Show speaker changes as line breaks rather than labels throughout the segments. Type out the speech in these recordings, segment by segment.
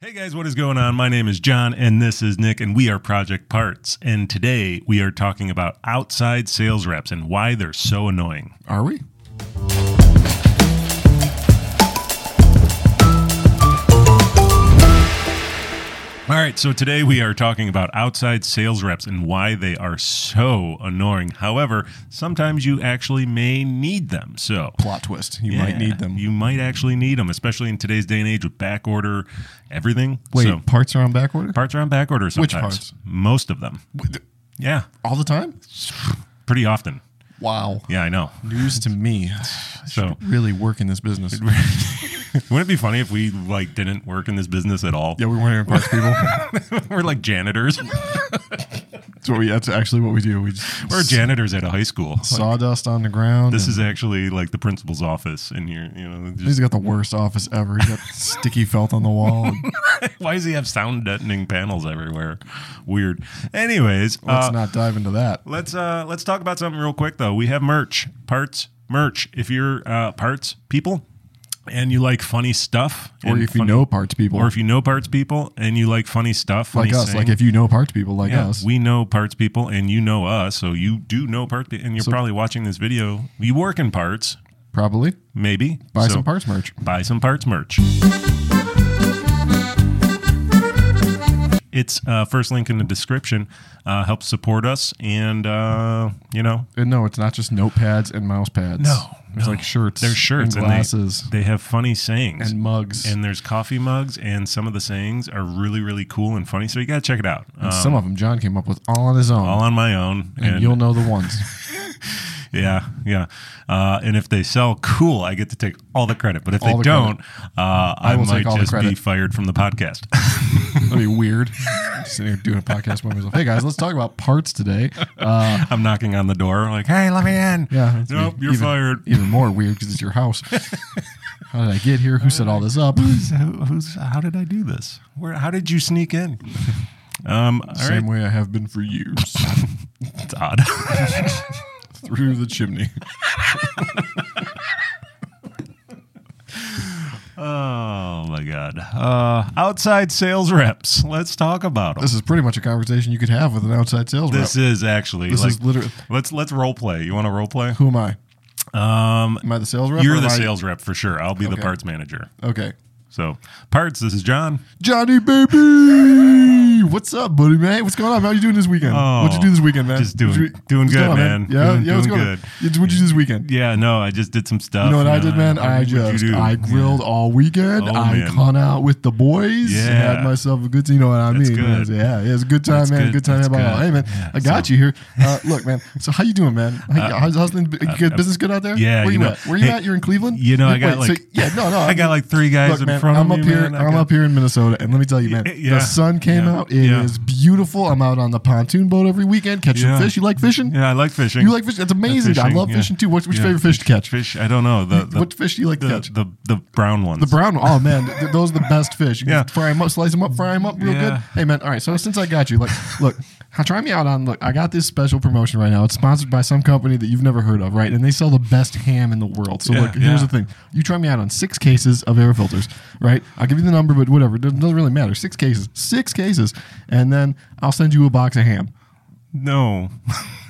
Hey guys, what is going on? My name is John and this is Nick, and we are Project Parts. And today we are talking about outside sales reps and why they're so annoying.
Are we?
All right, so today we are talking about outside sales reps and why they are so annoying. However, sometimes you actually may need them. So,
Plot twist. You might
Yeah,
need them.
You might actually need them, especially in today's day and age with back order, everything.
Wait,
so,
parts are on back order?
parts are on back order sometimes.
parts?
Most of them.
Wait, th-
Yeah,
All the time?
pretty often.
Wow.
Yeah, I know.
News to me.
So,
Really work in this business.
Wouldn't it be funny if we like didn't work in this business at all?
Yeah, we weren't even parts people.
We're like janitors.
That's, what we, that's actually what we do. We just
We're janitors at a high school.
sawdust on the ground.
This
and-
is actually like the principal's office in here. You know,
He's
just,
got the worst office ever. He's got sticky felt on the wall. and
Uh, why does he have sound deadening panels everywhere? Weird. Anyways,
Let's
uh,
not dive into that.
let's uh, let's talk about something real quick though. We have merch, parts merch. If you're uh, parts people and you like funny stuff,
Or
and
if you
funny-
know parts people,
or if you know parts people and you like funny stuff,
like
funny
us,
sayings,
like if you know parts people, like
Yeah,
us,
we know parts people, and you know us, so you do know parts. pe- And you're probably watching this video. You work in parts,
probably
maybe.
buy
So
some parts merch.
Buy some parts merch. It's uh, first link in the description. Uh, helps support us, and uh, you know
And no, it's not just notepads and mouse pads.
No,
there's
no.
like shirts,
there's shirts
and glasses,
they, they have funny sayings.
and,
And-
mugs,
there's coffee mugs, and some of the sayings are really, really cool and funny. So you gotta check it out. Um,
Some of them John came up with all on his own,
all on my own,
and, you'll know the ones.
Yeah, yeah. Uh, and if they sell, cool. I get to take all the credit. But if
All
they
the
don't, uh, I,
will
might
take all the
just be
credit.
fired from the podcast.
That'd be weird. Sitting here doing a podcast by myself. Hey guys, let's talk about parts today. Uh,
I'm knocking on the door, like, hey, let me in.
yeah, that's
Nope,
weird.
you're
even,
fired.
Even more weird because it's your house. How did I get here? Who set all this up?
Who's, who- who's, how did I do this? Where? How did you sneak in? Um, all right,
Same way I have been for years
it's odd.
through the chimney.
oh my god. Uh, outside sales reps. Let's talk about them.
This is pretty much a conversation you could have with an outside sales
This,
rep.
is actually
This
like,
is literally.
let's let's role play. You want to role play?
Who am I?
Um,
Am I the sales rep? or
you're
am
the
I-
sales rep for sure. I'll be the
Okay.
parts manager.
Okay.
So, parts. This is John.
Johnny baby, what's up, buddy man? What's going on? How you doing this weekend?
Oh,
what'd you do this weekend, man?
just doing-
What'd you-
doing
what's
good,
going on,
man.
Yeah,
Doing-
yeah. What's
doing
going on? Yeah, What'd you do this weekend?
Yeah, no, I just did some stuff.
You know what I did, man? I
what'd you
just
do?
I grilled all weekend.
Oh,
I
man.
hung out with the boys.
Yeah.
had myself a good. You know what I
That's
mean? man.
good.
Yeah, yeah, it was a good time,
That's
man.
good.
Good time.
That's
everybody.
good.
Hey, man,
Yeah,
I got
so- Uh,
you here. Uh, look, man. So how you doing, man? How, how's, how's things? You good business good out there?
yeah,
Where
you
you,
know,
at? Where you
hey,
at? You're in Cleveland.
you know, I
Wait,
got,
wait,
like-
so- yeah, no, no.
I got like three guys
Look,
in
man,
front of
I'm
me.
up here.
man. I
I'm
got-
up here in Minnesota, and let me tell you, man,
yeah,
the sun came
yeah,
out. It is
yeah.
beautiful. I'm out on the pontoon boat every weekend. Catch
Yeah.
some fish. You like fishing?
Yeah, I like fishing.
You like fishing? That's amazing. I
fishing,
love
yeah.
fishing too. What's, what's
Yeah.
your favorite fish to catch?
fish? I don't know the the
what fish do you like
the,
to catch?
the, the brown ones.
The brown one. Oh man, th- those are the best fish. You can
Yeah.
fry them up, slice them up, fry them up real
Yeah.
good. Hey man, all right. So since I got you, like, look, h- try me out on. Look, I got this special promotion right now. It's sponsored by some company that you've never heard of, right? And they sell the best ham in the world. So
Yeah,
look, here's
yeah.
the thing: you try me out on six cases of air filters, right? I'll give you the number, but whatever, it doesn't doesn't really matter. Six cases, six cases, and then I'll send you a box of ham.
no,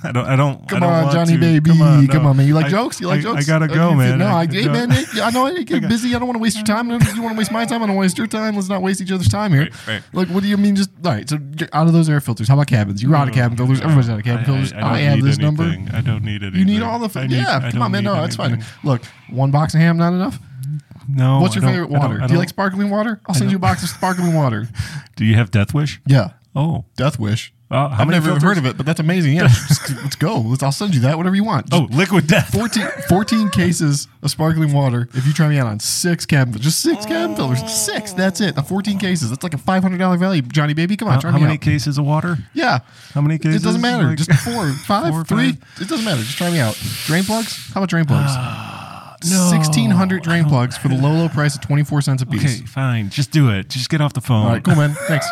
I don't. I don't.
Come
I don't
on,
want
Johnny
to.
baby. Come on, man. You like
I-
jokes? You like
I-
jokes?
I gotta
Uh,
go,
you feel-
man.
No, I, hey,
no.
man, Nick, I know I get busy. I don't want to waste your time. I don't- You want to waste my time? I don't want to waste your time. Let's not waste each other's time here.
Right, right.
Like, what do you mean? Just all right. So you're out of those air filters. How about cabins? You're out of cabin filters. Everybody's out of cabin filters. I,
don't
have
need
this number.
anything. I don't need anything.
You need all the.
I
F-
need-
yeah,
I
come
don't
on, man.
need
No, that's fine.
anything.
Look, one box of ham, not enough.
No.
What's your
I don't-
favorite
I don't-
water?
I
Do you
don't-
like sparkling water? I'll send you a box of sparkling water.
Do you have Death Wish?
Yeah.
Oh.
Death Wish.
Uh, how
I've
many
never
filters?
heard of it, but that's amazing. Yeah, just- let's go. Let's, I'll send you that. Whatever you want.
Oh, Liquid Death.
14, 14 cases of sparkling water if you try me out on six cabin fillers. Just six cabin fillers. Six. That's it. Now 14 cases. That's like a $500 value, Johnny Baby. Come on,
How,
try
how
me
many
out.
cases of water?
yeah.
How many cases?
It doesn't matter.
Like-
Just four, five,
Four or
three.
five?
It doesn't matter. Just try me out. Drain plugs? How about drain plugs? 1,600 drain plugs for the low, low price of 24 cents a piece.
Okay, fine. Just do it. Just get off the phone.
All right, cool, man. Thanks.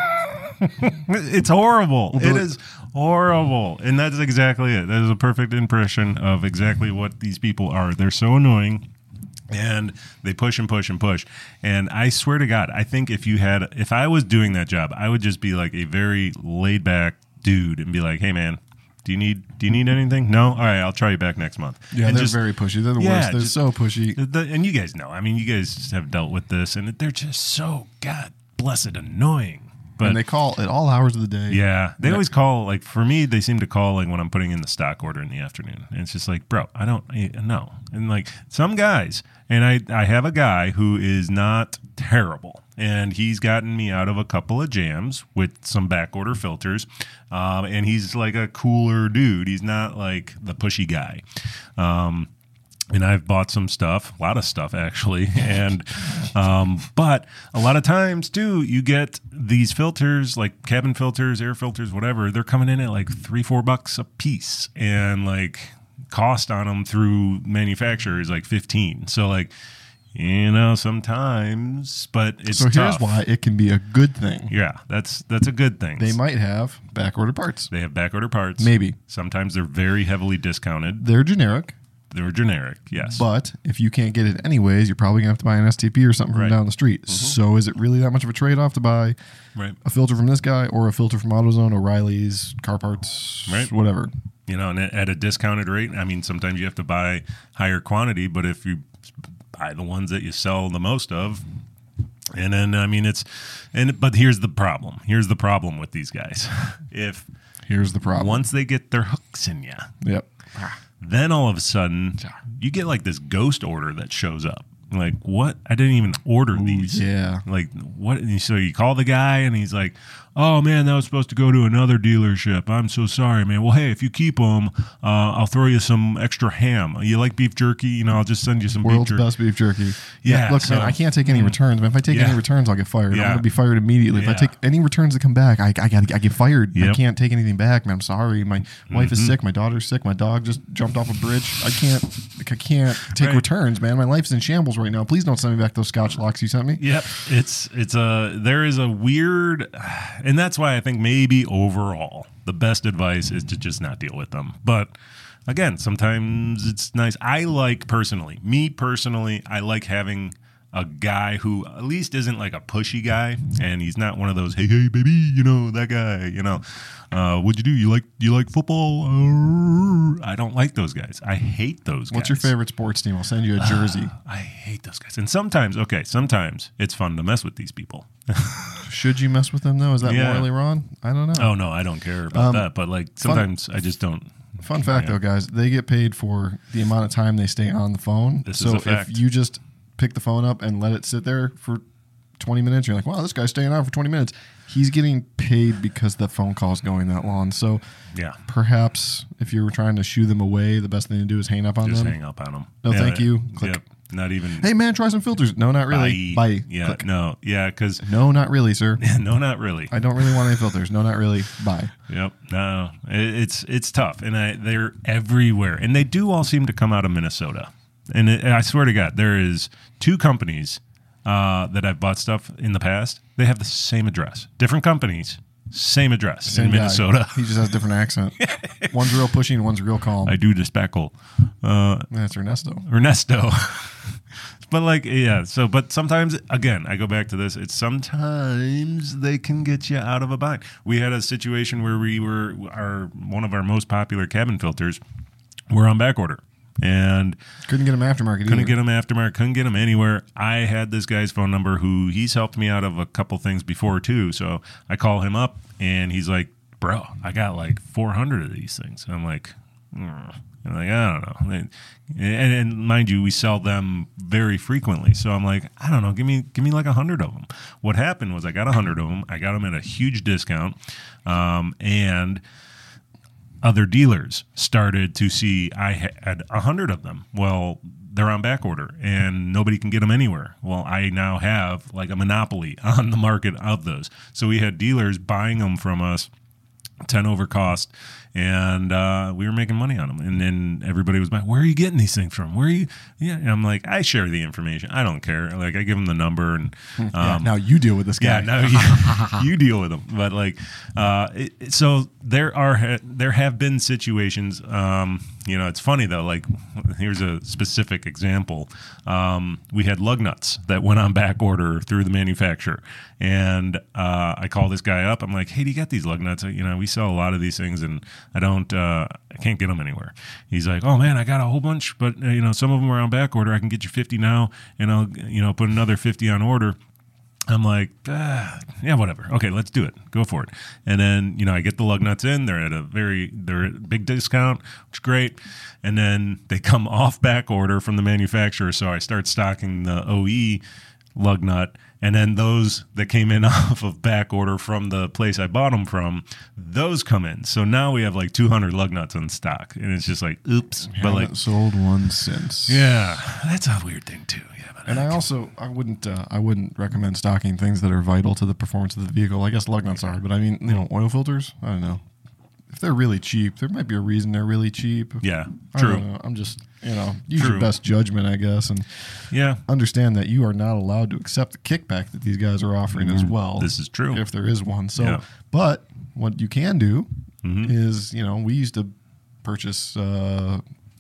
It's horrible.
do
it
it.
is horrible. And that's exactly it. That is a perfect impression of exactly what these people are. They're so annoying. and they push and push and push and i swear to god i think if you had if i was doing that job i would just be like a very laid back dude and be like hey man do you need do you need anything no all right i'll try you back next month
Yeah,
and
they're
just-
very pushy. They're the
Yeah,
worst. They're
just-
so pushy.
the, and you guys know i mean you guys have dealt with this and they're just so god blessed annoying but
and they call at all hours of the day.
yeah, they always call like for me. They seem to call like when I'm putting in the stock order in the afternoon, and it's just like, bro, I don't I- no. And like some guys, and I I have a guy who is not terrible, and he's gotten me out of a couple of jams with some back order filters, um, and he's like a cooler dude. He's not like the pushy guy. Um, and I've bought some stuff, a lot of stuff actually, and um, but a lot of times too, you get these filters like cabin filters, air filters, whatever. They're coming in at like three, four bucks a piece, and like cost on them through manufacturer is like fifteen. So like, you know, sometimes, but it's
So here's
tough.
why it can be a good thing.
Yeah, that's that's a good thing.
They might have back ordered parts.
they have back order parts.
Maybe.
sometimes they're very heavily discounted.
They're generic,
They're generic. Yes.
but if you can't get it anyways, you're probably gonna have to buy an STP or something
Right. Mm-hmm.
from down the street. So is it really that much of a trade off to buy
right.
a filter from this guy or a filter from AutoZone, O'Reilly's, Car Parts,
Right.
whatever?
you know, and at- at a discounted rate. I mean, sometimes you have to buy higher quantity, but if you buy the ones that you sell the most of, and then I mean, it's and but here's the problem. Here's the problem with these guys. If
Here's the problem.
once they get their hooks in you,
Yep.
then all of a sudden you get like this ghost order that shows up. Like what? I didn't even order these.
yeah.
Like what? And so you call the guy and he's like, "Oh man, that was supposed to go to another dealership. I'm so sorry, man. Well, hey, if you keep them, uh, I'll throw you some extra ham. You like beef jerky? You know, I'll just send you some
World's
beef jerky.
best beef jerky.
Yeah,
Look,
so- Mm.
man, I can't take any returns. Man, if I take
Yeah.
any returns, I'll get fired.
Yeah.
I'm gonna be fired immediately. If I
Yeah.
take any returns that come back, I, I got I get fired. I
Yep. Mm-hmm.
can't take anything back, man. I'm sorry. My wife is sick. My daughter's sick. My dog just jumped off a bridge. I can't I can't take
Right.
returns, man. My life's in shambles right now. Please don't send me back those Scotch locks you sent me.
Yep, it's it's a there is a weird, and that's why I think maybe overall the best advice is to just not deal with them. But again, sometimes it's nice. I like personally, me personally, I like having a guy who at least isn't like a pushy guy, and he's not one of those hey hey baby, you know that guy, you know. Uh, what'd you do? You like you like football? Uh, I don't like those guys. I hate those. guys.
What's your favorite sports team? I'll send you a jersey.
I hate those guys. And sometimes, okay, sometimes it's fun to mess with these people.
Should you mess with them though? Is that
Yeah.
morally wrong? I don't know.
Oh no, I don't care about that. But like sometimes I just don't.
Fun fact, though, guys, they get paid for the amount of time they stay on the phone.
This
so
is a fact.
if you just pick the phone up and let it sit there for 20 minutes, you're like, wow, this guy's staying on for 20 minutes. He's getting paid because the phone call's going that long. So
Yeah,
perhaps if you were trying to shoo them away, the best thing to do is hang up on
just
them.
hang up on them.
No, thank you. Click.
Yep. Not even.
Hey, man, try some filters. No, not really. Bye.
Yeah.
Click.
No. Yeah. Because
No, not really, sir.
no, not really.
I don't really want any filters. No, not really. Bye.
Yep. No. It, it's it's tough, and I, they're everywhere, and they do all seem to come out of Minnesota. And it, I swear to God, there is two companies uh, that I've bought stuff in the past. They have the same address, different companies, same address
Same
in
guy.
Minnesota.
uh, He just has a different accent. one's real pushy and one's real calm.
I do despackle. Uh,
That's Ernesto.
Ernesto. but like yeah, so but sometimes again, I go back to this, it's sometimes they can get you out of a bind. We had a situation where we were our one of our most popular cabin filters were on back order. And
Couldn't get him aftermarket. either.
couldn't get him aftermarket, couldn't get him anywhere. I had this guy's phone number who he's helped me out of a couple things before too. So I call him up and he's like, Bro, I got like 400 of these things. And I'm like, "Mm." I'm like, I don't know. And, and, and mind you, we sell them very frequently. So I'm like, I don't know. Give me, give me like a hundred of them. What happened was I got a hundred of them. I got them at a huge discount. Um, and other dealers started to see I had a hundred of them. Well, they're on back order and nobody can get them anywhere. Well, I now have like a monopoly on the market of those. So we had dealers buying them from us. 10 over cost and uh, we were making money on them and then everybody was like where are you getting these things from where are you yeah and i'm like i share the information i don't care like i give them the number and um,
now you deal with this
yeah,
guy.
no, you, you deal with them. But like, uh, it, it- so there are there have been situations. Um, You know, it's funny though. Like, here's a specific example. Um, we had lug nuts that went on back order through the manufacturer, and uh, I call this guy up. I'm like, "Hey, do you got these lug nuts? You know, we sell a lot of these things, and I don't, uh, I can't get them anywhere." He's like, "Oh man, I got a whole bunch, but uh, you know, some of them are on back order. I can get you 50 now, and I'll, you know, put another 50 on order." I'm like, ah, yeah, whatever. Okay, let's do it. Go for it. And then, you know, I get the lug nuts in. They're at a very, they're at a big discount, which is great. And then they come off back order from the manufacturer. So I start stocking the OE lug nut. And then those that came in off of back order from the place I bought them from, those come in. So now we have like 200 lug nuts in stock. And it's just like, oops. But like,
Haven't sold one since.
yeah, that's a weird thing too. Yeah, but
And I also I wouldn't uh, I wouldn't recommend stocking things that are vital to the performance of the vehicle. I guess lug nuts are, but I mean you know oil filters. I don't know if they're really cheap. There might be a reason they're really cheap.
yeah,
I don't
true.
know. I'm just you know use
True.
your best judgment, I guess, and
Yeah,
understand that you are not allowed to accept the kickback that these guys are offering as well.
this is true.
if there is one. So,
Yeah. Mm-hmm.
but what you can do is, you know, we used to purchase uh,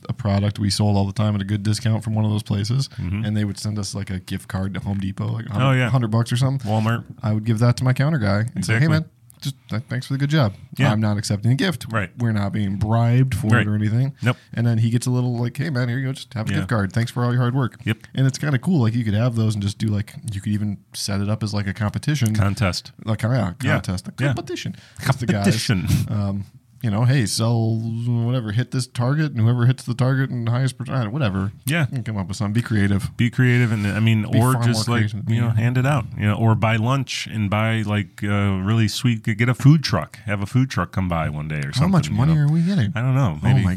a product we sold all the time at a good discount from one of those places, and they would send us like a gift card to Home Depot, like 100,
Mm-hmm. Oh, yeah.
100 bucks or something.
Walmart.
I would give that to my counter guy and say,
Exactly.
hey, man. Just th- thanks for the good job.
Yeah.
I'm not accepting a gift.
Right.
We're not being bribed for
Right.
it or anything.
Nope.
And then he gets a little like, hey man, here you go. Just have a
Yeah.
gift card. Thanks for all your hard work.
Yep.
And it's kind of cool. Like you could have those and just do like you could even set it up as like a competition
Contest.
like oh, yeah,
Yeah.
contest, a
Yeah.
competition. It's the guys,
Competition.
um, you know, hey, sell whatever, hit this target, and whoever hits the target and highest percent, whatever.
Yeah.
You can come up with something. Be creative.
be creative and i mean
Be
or
far
just
more
like
creative,
you know
yeah.
hand it out you know or buy lunch and buy like uh, really sweet get a food truck have a food truck come by one day or something
How much
you
money
know.
are we getting?
i don't know
Oh
maybe
my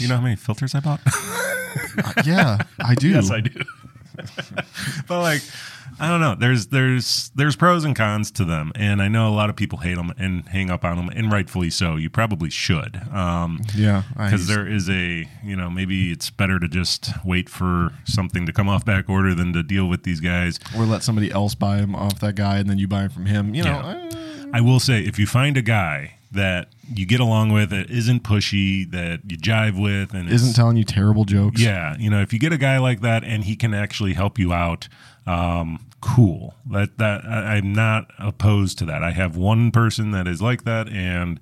you know how many filters i bought
yeah, I do.
yes i do but like i don't know there's there's there's pros and cons to them and i know a lot of people hate them and hang up on them and rightfully so you probably should um
Yeah, I
because there is a you know maybe it's better to just wait for something to come off back order than to deal with these guys
or let somebody else buy him off that guy, and then you buy him from him. You know, uh,
I will say, if you find a guy that you get along with, that isn't pushy, that you jive with, and
isn't
it's,
telling you terrible jokes.
yeah, you know, if you get a guy like that and he can actually help you out, um, cool. That that I, I'm not opposed to that. I have one person that is like that, and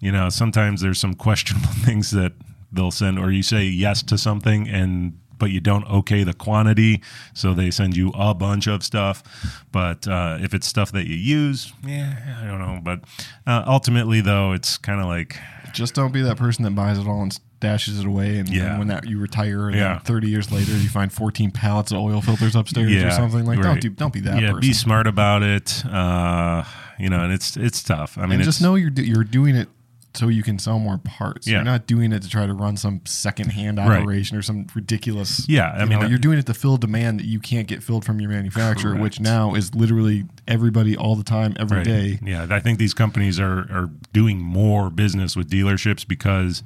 you know, sometimes there's some questionable things that they'll send, or you say yes to something and. But you don't okay the quantity, so they send you a bunch of stuff. But uh, if it's stuff that you use, yeah, I don't know. But uh, ultimately, though, it's kind of like
Just don't be that person that buys it all and stashes it away, and
Yeah.
then when that you retire, and
Yeah.
then thirty years later, you find fourteen pallets of oil filters upstairs or something like.
right.
Don't do, don't be that.
Yeah,
person.
be smart about it. Uh, you know, and it's it's tough. I mean,
and
it's,
just know you're do- you're doing it so you can sell more parts.
Yeah.
You're not doing it to try to run some secondhand
Right.
operation or some ridiculous.
Yeah, I
you
mean,
know,
uh,
you're doing it to fill demand that you can't get filled from your manufacturer,
Correct.
which now is literally everybody all the time, every
right.
day.
Yeah, I think these companies are are doing more business with dealerships because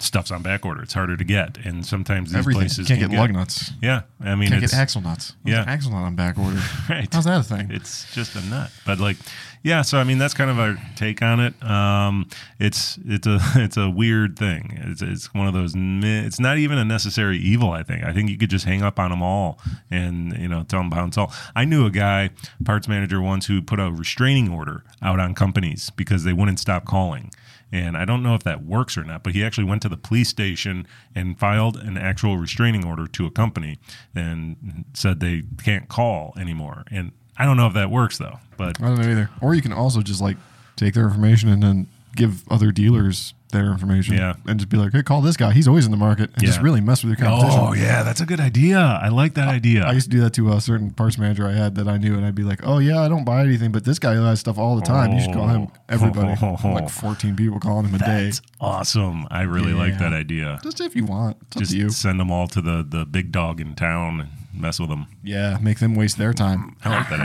stuff's on back order. It's harder to get, and sometimes these
Everything
places
you can't
can
get lug nuts.
Yeah, I mean,
Can't
it's,
get axle nuts. How's
yeah.
an axle nut on back order.
Right.
How's that a thing?
it's just a nut. But like, yeah. So I mean, that's kind of our take on it. Um, it's it's a it's a weird thing. It's it's one of those. ne- It's not even a necessary evil. I think. I think you could just hang up on them all and you know tell them bounce all. I knew a guy, parts manager once, who put a restraining order out on companies because they wouldn't stop calling. And I don't know if that works or not, but he actually went to the police station and filed an actual restraining order to a company and said they can't call anymore. And I don't know if that works though, but
I don't know either. Or you can also just like take their information and then give other dealers their information.
Yeah.
And just be like, hey, call this guy. He's always in the market. And just
Yeah.
really mess with your competition.
Oh, yeah, that's a good idea. I like that idea.
I
I,
used to do that to a certain parts manager I had that I knew, and I'd be like, "Oh yeah, I don't buy anything, but this guy buys stuff all the time. You should call him." Everybody,
Oh.
like fourteen people calling him a day.
that's awesome. I really like
Yeah.
that idea.
Just if you want, it's up
Just
to you.
send them all to the the big dog in town and mess with them.
Yeah, make them waste their time.
I like that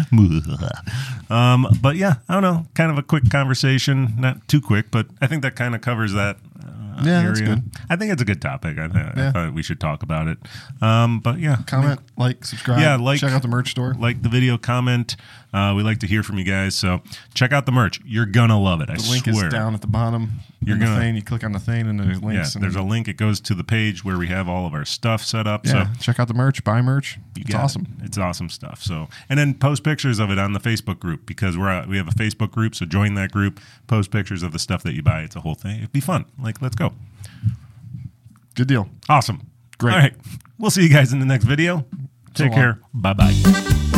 idea. um, but yeah, I don't know. Kind of a quick conversation, not too quick, but I think that kind of covers that. Uh,
Yeah,
area.
that's good.
I think it's a good topic. I, th- I
Yeah.
thought we should talk about it. Um, but yeah,
Comment, like, subscribe.
Yeah, like-
check out the merch store.
like the video, comment. Uh, we like to hear from you guys, so check out the merch. You're gonna love it. I
the link
sink swear.
is down at the bottom.
You're
And the
gonna-
thing, you click on the thing, and there's
Yeah,
links. and,
there's a link. It goes to the page where we have all of our stuff set up. So
yeah. check out the merch, buy merch.
You
it's
got it.
awesome.
It's awesome stuff. So, and then post pictures of it on the Facebook group because we're out, we have a Facebook group. So join that group. Post pictures of the stuff that you buy. It's a whole thing. It'd be fun. Like, let's go.
Good deal.
Awesome.
Great.
All right. We'll see you guys in the next video. Take
long.
care. Bye bye.